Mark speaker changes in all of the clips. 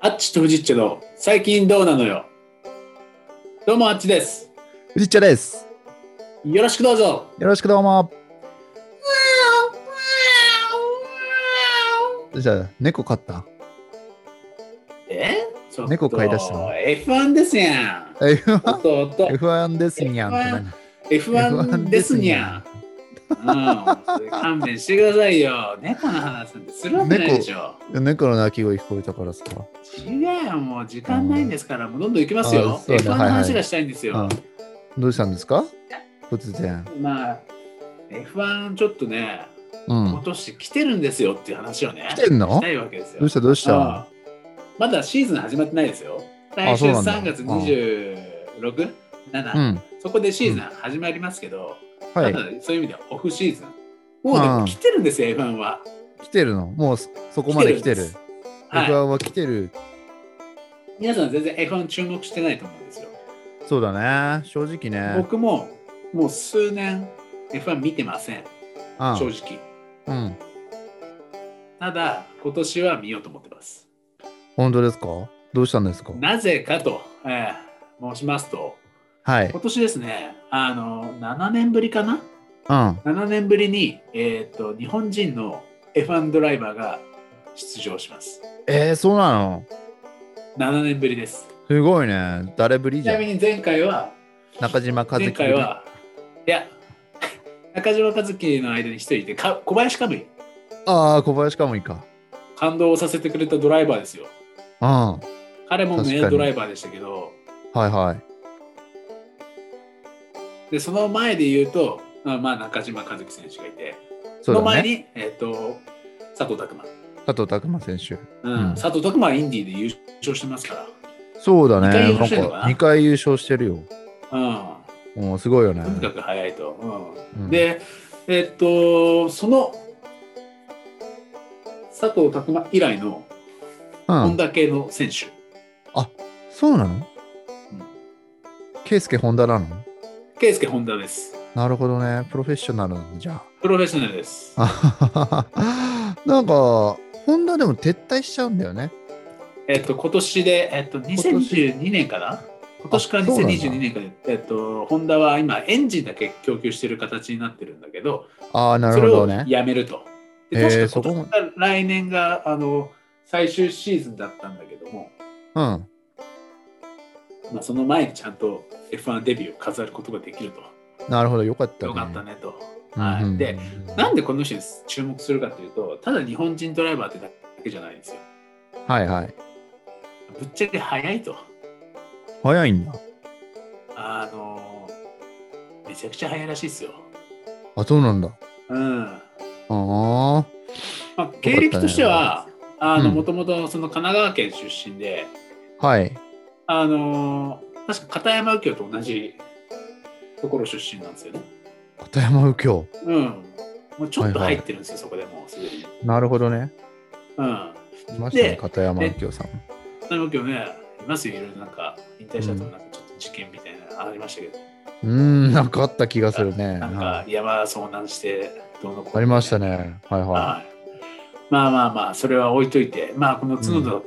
Speaker 1: あっちとフジッチョの最近どうなのよ。どうもあっちです。
Speaker 2: フジッチョです。
Speaker 1: よろしくどうぞ。
Speaker 2: よろしくどうも。じゃあ、猫飼った
Speaker 1: えちょっと
Speaker 2: 猫飼い出したの
Speaker 1: ?F1 ですやん。
Speaker 2: え F1
Speaker 1: 弟
Speaker 2: F1 ですにゃんって何
Speaker 1: F1 ですにゃん。うん、勘弁してくださいよ。猫の話なんてするわけないでしょ。
Speaker 2: 猫の鳴き声聞こえたからさ。
Speaker 1: 違うよ、もう時間ないんですから、もうどんどん行きます
Speaker 2: あ
Speaker 1: よ。
Speaker 2: そうだ
Speaker 1: F1 の
Speaker 2: はいはい
Speaker 1: 話がしたいんですよ。
Speaker 2: うん、どうしたんですか突然。
Speaker 1: まあ、F1 ちょっとね、
Speaker 2: う
Speaker 1: 今
Speaker 2: ん。
Speaker 1: 年来てるんですよっていう話をね。
Speaker 2: 来てんの
Speaker 1: したいわけですよ。
Speaker 2: どうしたどうした
Speaker 1: ああまだシーズン始まってないですよ。来週
Speaker 2: そうなんだ
Speaker 1: 3月26、7、
Speaker 2: うん。
Speaker 1: そこでシーズン始まりますけど、
Speaker 2: はい
Speaker 1: ま。だそういう意味ではオフシーズン。もうで
Speaker 2: う
Speaker 1: も
Speaker 2: ん
Speaker 1: 来てるんですよ、F1 は。
Speaker 2: 来てるのもうそそこまで来てる。
Speaker 1: 来てるんは
Speaker 2: F1
Speaker 1: い、
Speaker 2: は来てる。
Speaker 1: 皆さん全然 F1 注目してないと思うんですよ。
Speaker 2: そうだね。正直ね。
Speaker 1: 僕ももう数年 F1 見てません、
Speaker 2: うん
Speaker 1: 正直。
Speaker 2: うん。
Speaker 1: ただ、今年は見ようと思ってます。
Speaker 2: 本当ですかどうしたんですか
Speaker 1: なぜかと、ええ申しますと、
Speaker 2: はい。
Speaker 1: 今年ですね、あの7年ぶりかな
Speaker 2: うん。
Speaker 1: 7年ぶりに、えー、と日本人の F1 ドライバーが出場します。
Speaker 2: えー、そうなの
Speaker 1: 7年ぶりです。
Speaker 2: すごいね。誰ぶり
Speaker 1: ち
Speaker 2: じ
Speaker 1: な
Speaker 2: ゃ
Speaker 1: み
Speaker 2: ん。
Speaker 1: に前回は、
Speaker 2: 中島和樹ぶり。
Speaker 1: 前回はいや、 中島和樹の間に一人いて、か小林かぶい、
Speaker 2: ああ、小林かもいいか。
Speaker 1: 感動させてくれたドライバーですよ。
Speaker 2: うん。は
Speaker 1: 彼も
Speaker 2: 確
Speaker 1: 名
Speaker 2: かに
Speaker 1: ドライバーでしたけど、
Speaker 2: いはい。
Speaker 1: でその前で言うと、まあ、まあ中島和樹選手がいて、そ
Speaker 2: そう
Speaker 1: の
Speaker 2: だ
Speaker 1: 前
Speaker 2: ね。
Speaker 1: に、えー、と佐藤拓磨、
Speaker 2: 加藤拓磨選手。
Speaker 1: うん
Speaker 2: うん
Speaker 1: 佐藤拓磨はインディーで優勝してますから。
Speaker 2: そうだね。
Speaker 1: 二回優勝
Speaker 2: なん
Speaker 1: してんのかな
Speaker 2: か二回優勝してるよ。
Speaker 1: うん
Speaker 2: もうすごいよね
Speaker 1: と。にかく早いと。うん
Speaker 2: うん
Speaker 1: で、えっと、その佐藤拓磨以来の
Speaker 2: う
Speaker 1: 本
Speaker 2: ん。
Speaker 1: 田系の選手、
Speaker 2: そうなの圭介本田なの
Speaker 1: 圭佑本田です。
Speaker 2: なるほどね。プロフェッショナルなんだじゃ
Speaker 1: プロフェッショナルです。
Speaker 2: あ。なんか、本田でも撤退しちゃうんだよね。
Speaker 1: えっと、今年で、えっと、
Speaker 2: 年
Speaker 1: 2022年かな今年から
Speaker 2: あそうなんだ
Speaker 1: 2022年かで、えっと、ホンダは今エンジンだけ供給してる形になってるんだけど、
Speaker 2: ああ、な
Speaker 1: そ
Speaker 2: る
Speaker 1: れ
Speaker 2: ほ
Speaker 1: を
Speaker 2: どね。
Speaker 1: やめると。で
Speaker 2: へー
Speaker 1: 確
Speaker 2: そ
Speaker 1: か
Speaker 2: こ
Speaker 1: 今
Speaker 2: も
Speaker 1: 年が来年があの最終シーズンだったんだけども、
Speaker 2: うん。
Speaker 1: まあ、その前にちゃんと F1 デビューを飾ることができると。
Speaker 2: なるほど。よかったね。
Speaker 1: よかったねと。
Speaker 2: うん
Speaker 1: はい
Speaker 2: うん
Speaker 1: で、なんでこの人に注目するかというと、ただ日本人ドライバーってだけじゃないんですよ。
Speaker 2: はいはい。
Speaker 1: ぶっちゃけ速いと。
Speaker 2: 早いんだ。
Speaker 1: あのーめちゃくちゃ速いらしいですよ。
Speaker 2: あ、そうなんだ。
Speaker 1: うん。
Speaker 2: ああ。
Speaker 1: まあ、経歴としては、あの
Speaker 2: うん
Speaker 1: もともとその神奈川県出身で、
Speaker 2: はい。
Speaker 1: あのー確か片山右京と同じところ出身なんですよね。
Speaker 2: 片山右京。
Speaker 1: うん。もうちょっと
Speaker 2: はいはい
Speaker 1: 入ってるんですよ、そこでもうすでに。
Speaker 2: なるほどね。
Speaker 1: うん。
Speaker 2: いました
Speaker 1: で
Speaker 2: ね、片山右京さん。
Speaker 1: その時もね、いますよ、いろいろなんか、引退した後もなんかちょっと事件みたいなのありましたけど、
Speaker 2: うーん、なんかあった気がするね。
Speaker 1: なん
Speaker 2: は
Speaker 1: か
Speaker 2: い
Speaker 1: 山遭難して、どうのこうの
Speaker 2: ありました。ね。はいは
Speaker 1: はい。まあまあまあ、それは置いといて、まあこの角田、
Speaker 2: う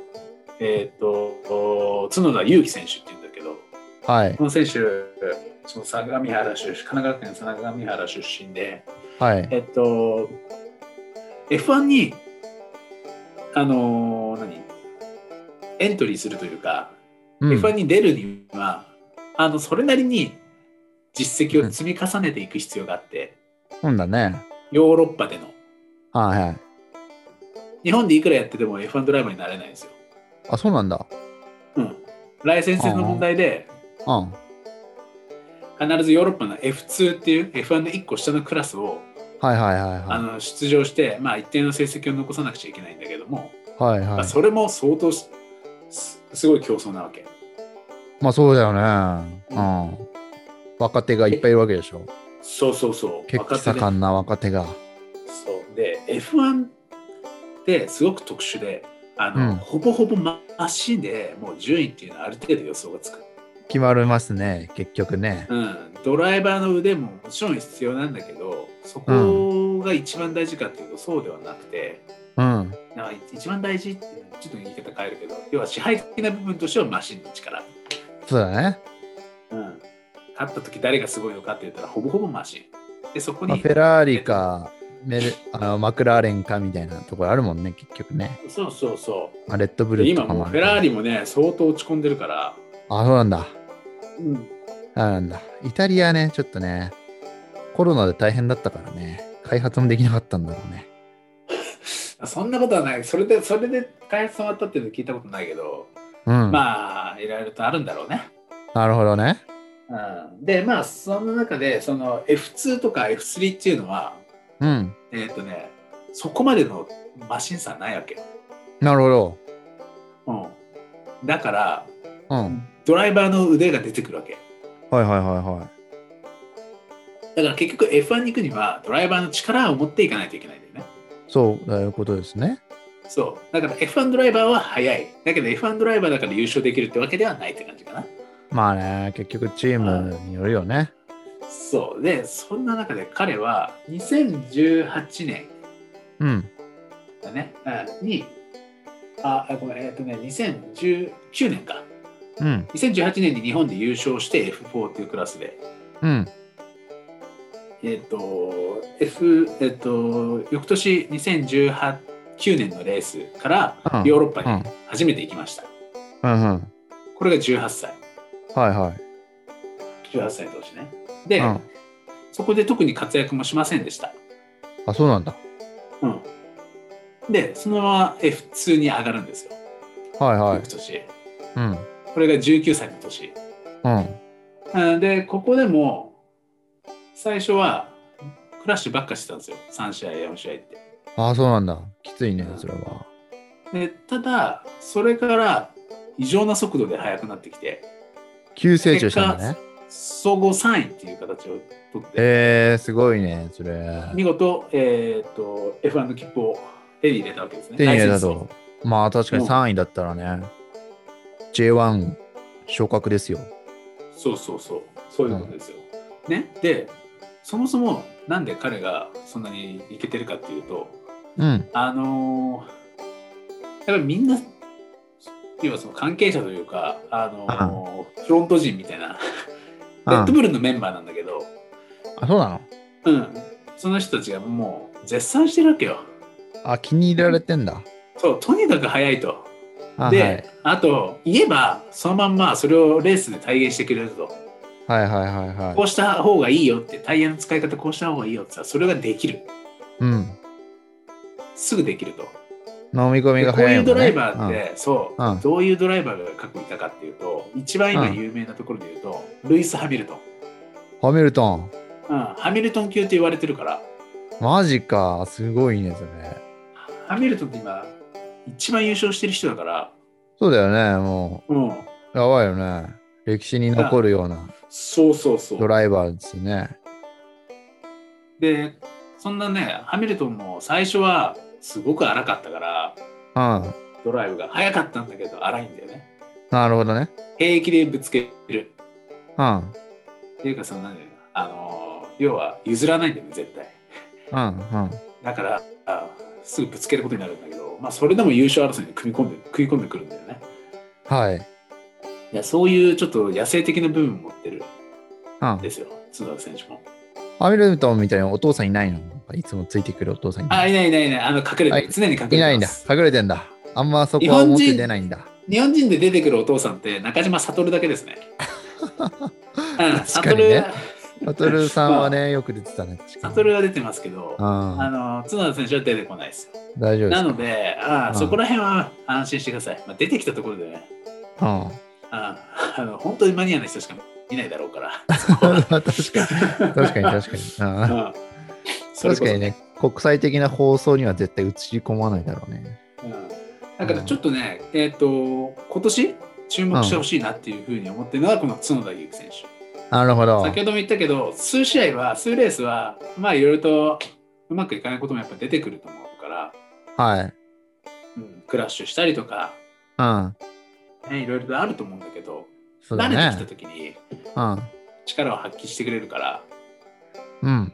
Speaker 1: えっ、と、角田祐希選手っていうんだけど、
Speaker 2: い。はい
Speaker 1: こ。の選手、その相模原出身、神奈川県相模原出身で、
Speaker 2: はい。
Speaker 1: えっ、と、F1 に、あのー何エントリーするというか、
Speaker 2: うん
Speaker 1: F1 に出るにはあのそれなりに実績を積み重ねていく必要があって、
Speaker 2: そうだね。
Speaker 1: ヨーロッパでの
Speaker 2: はいはい。
Speaker 1: 日本でいくらやってても F1 ドライバーになれないんですよ、
Speaker 2: あ、そうなんだ。
Speaker 1: うん、ライセンスの問題で
Speaker 2: うん。
Speaker 1: 必ずヨーロッパの F2 っていう F1 の1個下のクラスを、
Speaker 2: はいはいはい
Speaker 1: あ
Speaker 2: は
Speaker 1: の出場して、まあ、一定の成績を残さなくちゃいけないんだけども、
Speaker 2: い。はい
Speaker 1: ま
Speaker 2: は
Speaker 1: あ
Speaker 2: い。
Speaker 1: それも相当しすすごい競争なわけ
Speaker 2: まあそうだよね。
Speaker 1: う
Speaker 2: うん。若手がいっぱいいるわけでしょ。
Speaker 1: そうそうそう
Speaker 2: 結構
Speaker 1: 若手で
Speaker 2: 盛んな若手が。
Speaker 1: そうで F1 ってすごく特殊であの、
Speaker 2: うん
Speaker 1: ほぼほぼマシンでもう順位っていうのはある程度予想がつく、
Speaker 2: 決まりますね、結局ね。
Speaker 1: うん、ドライバーの腕ももちろん必要なんだけどそこが一番大事かっていうとそうではなくて、
Speaker 2: うん。
Speaker 1: なんか一番大事ってちょっと言い方変えるけど、要は支配的な部分としてはマシンの力。
Speaker 2: そうだね。
Speaker 1: うん。勝った時誰がすごいのかって言ったら、ほぼほぼマシン。で、そこ
Speaker 2: まあ、
Speaker 1: に
Speaker 2: フ、ェラーリか、メルあのマクラーレンかみたいなところあるもんね、結局ね。
Speaker 1: そうそうそう。
Speaker 2: まあ、レッドブ
Speaker 1: で
Speaker 2: ルと
Speaker 1: 今
Speaker 2: か
Speaker 1: も
Speaker 2: も
Speaker 1: う
Speaker 2: あ
Speaker 1: フェ
Speaker 2: る。
Speaker 1: ラーリもね、相当落ち込んでるから、
Speaker 2: あ、そうなんだ。
Speaker 1: うん、
Speaker 2: あなんだ。イタリアね、ちょっとね、コロナで大変だったからね、開発もできなかったんだろうね。
Speaker 1: そんなことはない。それで、それで開発終わったっていうの聞いたことないけど、
Speaker 2: うん。
Speaker 1: まあ、いろいろとあるんだろうね。
Speaker 2: なるほどね。
Speaker 1: うん、で、まあ、その中で、その F2 とか F3 っていうのは、
Speaker 2: うん。
Speaker 1: えっ、とね、そこまでのマシンさないわけ。
Speaker 2: なるほど。
Speaker 1: うん。だから、
Speaker 2: うん。
Speaker 1: ドライバーの腕が出てくるわけ。
Speaker 2: はいはいはいは
Speaker 1: だから結局 F1 に行くには、ドライバーの力を持っていかないといけないんだよね。
Speaker 2: い。そう、だいうことですね。
Speaker 1: そう。だから F1 ドライバーは速い。だけど F1 ドライバーだから優勝できるってわけではないって感じかな。
Speaker 2: まあね、結局チームによるよね。
Speaker 1: そう。で、そんな中で彼は2018年
Speaker 2: うん。
Speaker 1: だね、うん、に、あ、あごめん、えっとね、2019年か。
Speaker 2: うん。
Speaker 1: 2018年に日本で優勝して F4 というクラスで、
Speaker 2: うん。
Speaker 1: えっ、と、F、えっ、と、翌年2018、9年のレースから
Speaker 2: うん
Speaker 1: ヨーロッパ
Speaker 2: うん
Speaker 1: に。初めて行きました。
Speaker 2: うん。うん。
Speaker 1: これが18歳。
Speaker 2: はいはい。
Speaker 1: 18歳の年ね。で、
Speaker 2: うん。
Speaker 1: そこで特に活躍もしませんでした。
Speaker 2: あ、そうなんだ。
Speaker 1: うん。で、そのまま F2 に上がるんですよ。
Speaker 2: はいはい
Speaker 1: 翌。年。
Speaker 2: うん。
Speaker 1: これが19歳の年。
Speaker 2: うん。
Speaker 1: うんで、ここでも、最初はクラッシュばっかしてたんですよ。3試合、4試合って。
Speaker 2: あ、そうなんだ。きついね、それは。
Speaker 1: でただ、それから異常な速度で速くなってきて、
Speaker 2: 急成長したんだね。
Speaker 1: 総合3位っていう形を取って、
Speaker 2: えー、すごいね、それ。
Speaker 1: 見事、えー、と F1 の切符を手に入れたわけですね。
Speaker 2: 手に入れ
Speaker 1: ライ
Speaker 2: た
Speaker 1: センスを
Speaker 2: と。まあ確かに
Speaker 1: うん
Speaker 2: 3位だったらね、J1 昇格ですよ。
Speaker 1: そうそうそう、そういうことですよ。ね、で、そもそもなんで彼がそんなにいけてるかっていうと、
Speaker 2: うん。
Speaker 1: あのーやっぱりみんな、要はその関係者というか、あのーフロント陣みたいな、レッド
Speaker 2: あ
Speaker 1: ブルのメンバーなんだけど、
Speaker 2: あ、そうなの
Speaker 1: うん、その人たちがもう絶賛してるわけよ。
Speaker 2: あ、気に入られてんだ。
Speaker 1: そう、とにかく速いと。
Speaker 2: あ
Speaker 1: で、
Speaker 2: はい、
Speaker 1: あと、言えば、そのまんまそれをレースで体現してくれると。
Speaker 2: はいはいはいはい
Speaker 1: こ。うした方がいいよって、タイヤの使い方こうした方がいいよってさ、それができる。
Speaker 2: うん。
Speaker 1: すぐできると。
Speaker 2: 飲み込み
Speaker 1: で
Speaker 2: が
Speaker 1: こう
Speaker 2: 早い
Speaker 1: い
Speaker 2: も
Speaker 1: うん
Speaker 2: ね
Speaker 1: ドライバーって、そう、
Speaker 2: うん
Speaker 1: どういうドライバーが過去いたかっていうと、一番今
Speaker 2: うん
Speaker 1: 有名なところで言うと、ルイス・ハミルトン。
Speaker 2: うんハミルトン。
Speaker 1: うん、ハミルトン級って言われてるから、
Speaker 2: マジか。すごいね、それ。
Speaker 1: ハミルトンって今、一番優勝してる人だから、
Speaker 2: そうだよね、も
Speaker 1: うん、
Speaker 2: う。やばいよね。歴史に残るような
Speaker 1: そうそうそう
Speaker 2: ド。ライバーですね。
Speaker 1: でそんなねハミルトンも最初はすごく荒かったから
Speaker 2: うん。
Speaker 1: ドライブが速かったんだけど荒いんだよね
Speaker 2: なるほどね。
Speaker 1: 平気でぶつける
Speaker 2: うん。
Speaker 1: っていうかその何だろうなあのー要は譲らないんだよね絶対
Speaker 2: うん。うん。
Speaker 1: だからあすぐぶつけることになるんだけど、まあ、それでも優勝争いに組み込んで食い込んでくるんだよね
Speaker 2: はい。
Speaker 1: いやそういうちょっと野生的な部分を持ってる
Speaker 2: うん
Speaker 1: んで。すよ角田選手も
Speaker 2: ハミルトンみたいにお父さんいないのいつもついてくるお父さんいな
Speaker 1: あ
Speaker 2: い
Speaker 1: いないいないいないあの隠れてる、
Speaker 2: はい
Speaker 1: 常に隠れ
Speaker 2: い
Speaker 1: て
Speaker 2: ないん
Speaker 1: ま
Speaker 2: だ
Speaker 1: す。
Speaker 2: 隠れてんだ。あんまそこは表出ないんだ。
Speaker 1: 日本人で出てくるお父さんって中島悟だけです ねうん
Speaker 2: 確かにね
Speaker 1: 悟
Speaker 2: サトルさんはね、よく出てたね。確か
Speaker 1: サ
Speaker 2: に
Speaker 1: トルは出てますけど、
Speaker 2: う
Speaker 1: あ
Speaker 2: ん
Speaker 1: の角田選手は出てこないです。
Speaker 2: 大丈夫で
Speaker 1: な
Speaker 2: す
Speaker 1: ので、あ
Speaker 2: う
Speaker 1: あ
Speaker 2: ん
Speaker 1: そこら辺は安心してください。まあ、出てきたところでね、あ
Speaker 2: か。
Speaker 1: ああの本当にマニアな人しかいないだろう から。
Speaker 2: うん 確かに。確かに確かに。うん
Speaker 1: うんそれ
Speaker 2: 確
Speaker 1: こそ
Speaker 2: かにね、国際的な放送には絶対映り込まないだろうね。
Speaker 1: うんだからちょっとね、えっ、と、今年注目してほしいなっていうふうに思ってるのが、この角田優希選手。
Speaker 2: なるほど。
Speaker 1: 先ほども言ったけど、数試合は、数レースは、まあいろいろとうまくいかないこともやっぱ出てくると思うから、
Speaker 2: はい。
Speaker 1: うん、クラッシュしたりとか、
Speaker 2: うん。
Speaker 1: ね、いろいろとあると思うんだけど、
Speaker 2: そうだ
Speaker 1: 慣れてきた時
Speaker 2: ね。
Speaker 1: に
Speaker 2: うん。
Speaker 1: 力を発揮してくれるから
Speaker 2: うん。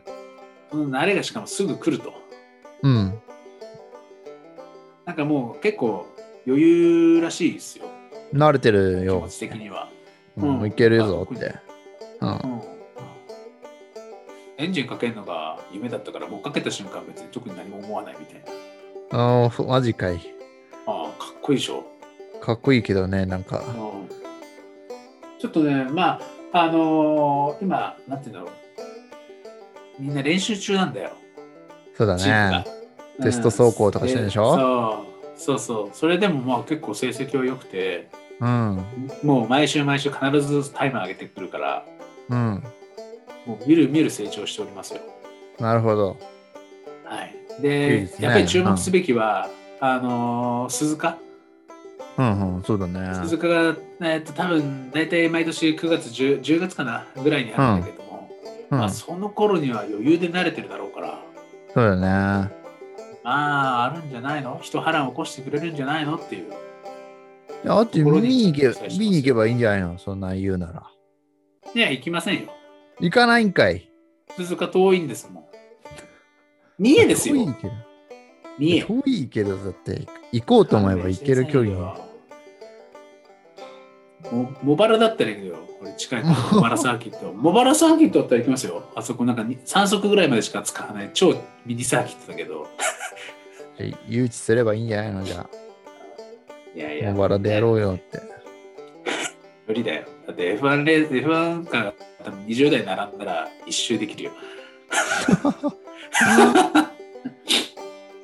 Speaker 1: その慣れがしかもすぐ来ると
Speaker 2: うん。
Speaker 1: なんかもう結構余裕らしいですよ、
Speaker 2: 慣れてる
Speaker 1: 気
Speaker 2: よ
Speaker 1: 持。ち的には。
Speaker 2: うん、
Speaker 1: うん
Speaker 2: いけるぞっ
Speaker 1: あ
Speaker 2: て。うん
Speaker 1: う。んエンジンかけるのが夢だったから、もうかけた瞬間、別に特に何も思わないみたいな。
Speaker 2: ああ、マジかい。
Speaker 1: ああ、かっこいいでしょ。
Speaker 2: かっこいいけどね、なんか。
Speaker 1: うんちょっとね、まあ、あのー今、なんていうんだろう。みんな練習中なんだよ、
Speaker 2: そうだ
Speaker 1: チームが
Speaker 2: ね。。テスト走行とかしてるでしょ
Speaker 1: うんそうそうそう。それでもまあ結構成績は良くて、
Speaker 2: うん。
Speaker 1: もう毎週毎週必ずタイム上げてくるから、
Speaker 2: うん。
Speaker 1: もう見る見る成長しておりますよ。
Speaker 2: なるほど。
Speaker 1: はい。
Speaker 2: いい
Speaker 1: で、
Speaker 2: ですね
Speaker 1: やっぱり注目すべきは、あのー鈴鹿、
Speaker 2: うんうん、そうだね。
Speaker 1: 鈴鹿が、えっと、多分大体毎年9月 10, 10月かなぐらいにあるんだけども、
Speaker 2: うん
Speaker 1: まあ、その頃には余裕で慣れてるだろうから、
Speaker 2: そうだね。
Speaker 1: まあ、あるんじゃないの一波乱起こしてくれるんじゃないのっていう。
Speaker 2: いやあって
Speaker 1: ところ
Speaker 2: 見
Speaker 1: に
Speaker 2: に行
Speaker 1: 期
Speaker 2: け
Speaker 1: 待してます
Speaker 2: 見に行けばいいんじゃないのそんなん言うなら。
Speaker 1: いや、行きませんよ。
Speaker 2: 行かないんかい。
Speaker 1: 鈴鹿遠いんですもん。三重ですよ。
Speaker 2: 遠いけど。
Speaker 1: 三重。
Speaker 2: 遠いけど、だって行こうと思えば行ける距離に。
Speaker 1: も茂原だったらいいけど、これ近いから 茂原サーキット。茂原サーキットだったら行きますよ。あそこなんか3足ぐらいまでしか使わない超ミニサーキットだけど。
Speaker 2: え誘致すればいいんじゃないのじゃ
Speaker 1: いやい
Speaker 2: あ、
Speaker 1: や、
Speaker 2: 小原でやろうよって。
Speaker 1: 無理だよ。だって F1 レース、F1 カーが多分20台並んだら一周できるよ。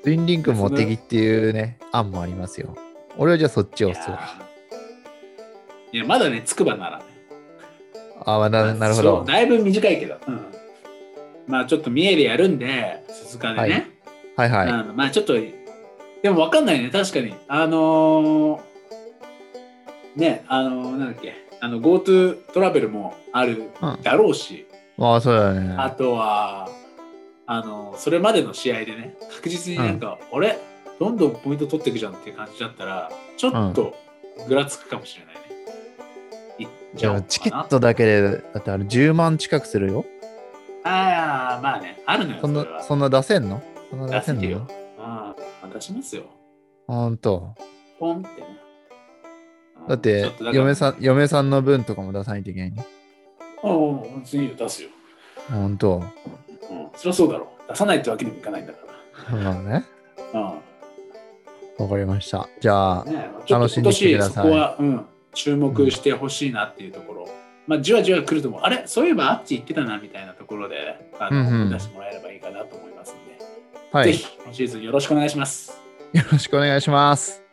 Speaker 2: ツインリンク持ってきっていうね、案もありますよ。俺はじゃあそっちを
Speaker 1: い
Speaker 2: 押すわ。
Speaker 1: やいやまだね、つくばならね。
Speaker 2: ああ、ななるほ
Speaker 1: そう
Speaker 2: ど。
Speaker 1: だいぶ短いけど。うんまあちょっと三重でやるんで、鈴鹿でね。
Speaker 2: はいはいはい。
Speaker 1: あのまあちょっとでも分かんないね確かにあのーねあのーなんだっけあの GoTo トラベルもある
Speaker 2: うん
Speaker 1: だろうし、
Speaker 2: ああ、そうだね。
Speaker 1: あとはあのーそれまでの試合でね確実になんか、あれどんどんポイント取っていくじゃんっていう感じだったらちょっとぐらつくかもしれないね。いっち
Speaker 2: じ
Speaker 1: ゃお
Speaker 2: ゃ
Speaker 1: うか
Speaker 2: あ
Speaker 1: な
Speaker 2: チケットだけで、だってあれ10万近くするよ。
Speaker 1: ああまあねあるのよ
Speaker 2: そん
Speaker 1: れ
Speaker 2: な、
Speaker 1: は
Speaker 2: そんな出せんのそんな
Speaker 1: 出
Speaker 2: 出せ
Speaker 1: せ
Speaker 2: ん
Speaker 1: る
Speaker 2: の
Speaker 1: よ。ああ出しますよ。
Speaker 2: ほんと。
Speaker 1: ポンってね。うん
Speaker 2: だって
Speaker 1: ちょとだ、から
Speaker 2: 嫁さん、嫁さんの分とかも出さないといけないね。
Speaker 1: ああ、次出すよ。
Speaker 2: ほんと。
Speaker 1: うん、そりゃそうだろう。出さないってわけにもいかないんだか
Speaker 2: まあね。
Speaker 1: ら。
Speaker 2: わかりました。じゃあ
Speaker 1: うん、、ねちょっと
Speaker 2: 楽
Speaker 1: 今
Speaker 2: しんでき
Speaker 1: 年
Speaker 2: てくだ
Speaker 1: そ
Speaker 2: さ
Speaker 1: こ
Speaker 2: い
Speaker 1: は、うん、注目してほしいなっていうところ。まあ、じわじわ来ると思う。あれそういえばあっち行ってたなみたいなところで、あの、
Speaker 2: うんうん
Speaker 1: 思い出してもらえればいいかなと思いますんで、
Speaker 2: は
Speaker 1: ぜ
Speaker 2: い。よ
Speaker 1: ひ、今シーズンよろしくお願いします。
Speaker 2: ろしくお願いします。